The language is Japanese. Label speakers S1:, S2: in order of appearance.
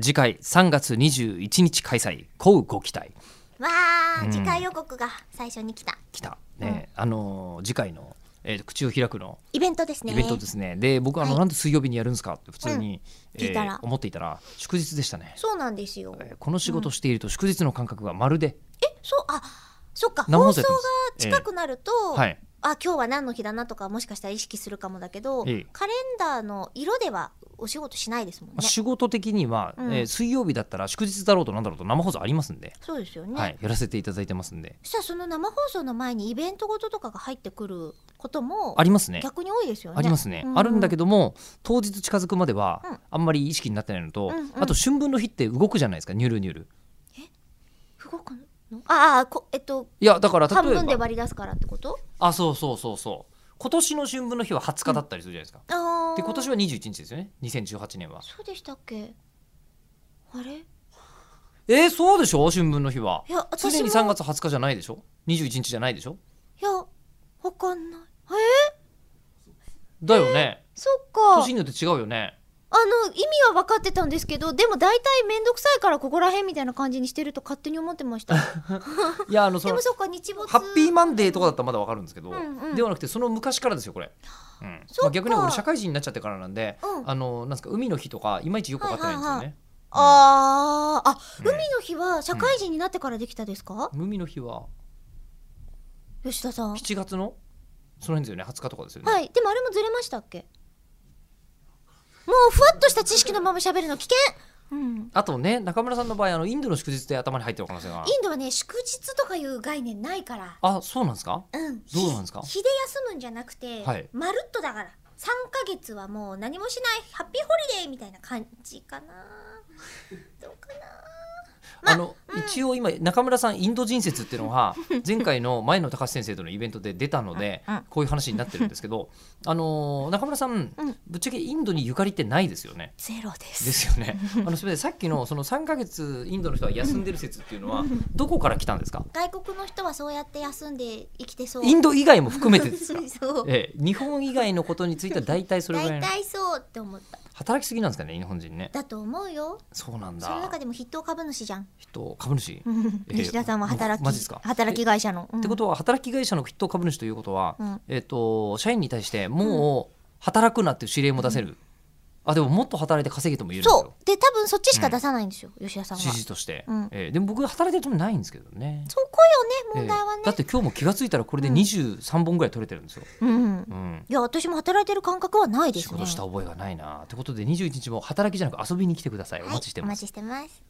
S1: 次回3月21日開催こうご期待
S2: わあ、次回予告が最初に来た
S1: 来たね、あのー次回の、えー口を開くの
S2: イベントですね
S1: イベントですねで僕あの、
S2: はい
S1: なんで水曜日にやるんですかって普通に、
S2: 聞いた
S1: え
S2: ら
S1: ー思っていたら祝日でしたね、
S2: そうなんですよ
S1: えーこの仕事していると祝日の感覚がまるで、
S2: そうあそっか
S1: 生放
S2: 放
S1: 送
S2: 送
S1: やって
S2: が
S1: ます
S2: 近くなると、
S1: はい
S2: あ今日は何の日だなとかもしかしたら意識するかもだけど、
S1: ええ
S2: カレンダーの色ではお仕事しないですもん
S1: まあ
S2: ね。
S1: 仕事的には、
S2: うん
S1: えー水曜日だったら祝日だろうとなんだろうと生放送ありますんで、
S2: そうですよね。
S1: はい、やらせていただいてますんで
S2: そしたらその生放送の前にイベントごととかが入ってくることも
S1: ありますね
S2: 逆に多いですよね。
S1: ありますね、
S2: うう
S1: あるんだけども当日近づくまでは
S2: うん
S1: あんまり意識になってないのと、
S2: うんうん
S1: あと春分の日って動くじゃないですかニュルニュル
S2: 動くのああこえっと
S1: いやだから
S2: 半
S1: 例え
S2: 分で
S1: ば
S2: 割り出すからってこと
S1: あそうそうそうそう今年の春分の日は20日だったりするじゃないですか、
S2: ああ
S1: で今年は21日ですよね2018年は
S2: そうでしたっけあれい
S1: えー、そうでしょ春分の日は
S2: や
S1: 常
S2: 私も
S1: に
S2: い
S1: 3月20日じゃないでしょ21日じゃないでしょ
S2: やわかんないえー、
S1: だよね、
S2: そっか
S1: 年によって違うよね
S2: あの意味は分かってたんですけどでも大体面倒くさいからここら辺みたいな感じにしてると勝手に思ってました
S1: いやあ のそ
S2: で
S1: の
S2: もそっか日没
S1: ハッピーマンデーとかだったらまだわかるんですけど、
S2: うんうん
S1: ではなくてその昔からですよこれ、うん
S2: そっか
S1: まあ、逆に俺社会人になっちゃってからなんで、
S2: うん
S1: あのなんですか海の日とかいまいちよく分かってないんですよね、
S2: はいはいあーあ
S1: うん
S2: 海の日は社会人になってからできたですか、
S1: 海の日は
S2: 吉田さん
S1: 7月のその辺ですよね20日とかですよね、
S2: はいでもあれもずれましたっけもうふわっとした知識のまま喋るの危険うん
S1: あとね中村さんの場合あのインドの祝日で頭に入ってる可能性が
S2: インドはね祝日とかいう概念ないから
S1: あそうなんですか
S2: うん
S1: どうなんですか
S2: 日で休むんじゃなくて、
S1: はい
S2: まるっとだから3ヶ月はもう何もしないハッピーホリデーみたいな感じ かなどうかま
S1: あの、一応今中村さんインド人説っていうの は前回の前野隆先生とのイベントで出たので
S2: うん
S1: こういう話になってるんですけど、あのー中村さん
S2: うん
S1: ぶっちゃけインドにゆかりってないですよね。
S2: ゼロです
S1: ですよね。あのすみませんさっきのその3ヶ月インドの人は休んでる説っていうのはどこから来たんですか。
S2: 外国の人はそうやって休んで生きてそう。
S1: インド以外も含めてですか
S2: そう
S1: ええ、日本以外のことについては大体それぐら
S2: 大
S1: いの
S2: 体そうって思った
S1: 働きすぎなんですかね日本人ね。
S2: だと思うよ
S1: そうなん
S2: その
S1: だ
S2: 中。でも筆頭株主じゃん、
S1: 人株主。え
S2: 吉田さんは働き
S1: マジですか
S2: 働き会社の、うん
S1: ってことは働き会社の筆頭株主ということは、
S2: うん
S1: えっと社員に対してもう働くなっていう指令も出せる、あでももっと働いて稼げとも言えるんですよ
S2: そうで多分そっちしか出さないんですよ、吉田さんは
S1: 指
S2: そ
S1: 示として、
S2: うん
S1: えーでも僕働いてるともないんですけどね
S2: こよね問題はね
S1: えー、だって今日も気が付いたらこれで23本ぐらい取れてるんですよ、
S2: うん
S1: うん、
S2: いや私も働いてる感覚はないで
S1: 仕
S2: すね
S1: 事した覚えがないなということで21日も働きじゃなく遊びに来てくださいお待ちしてます
S2: はい、お待ちしてます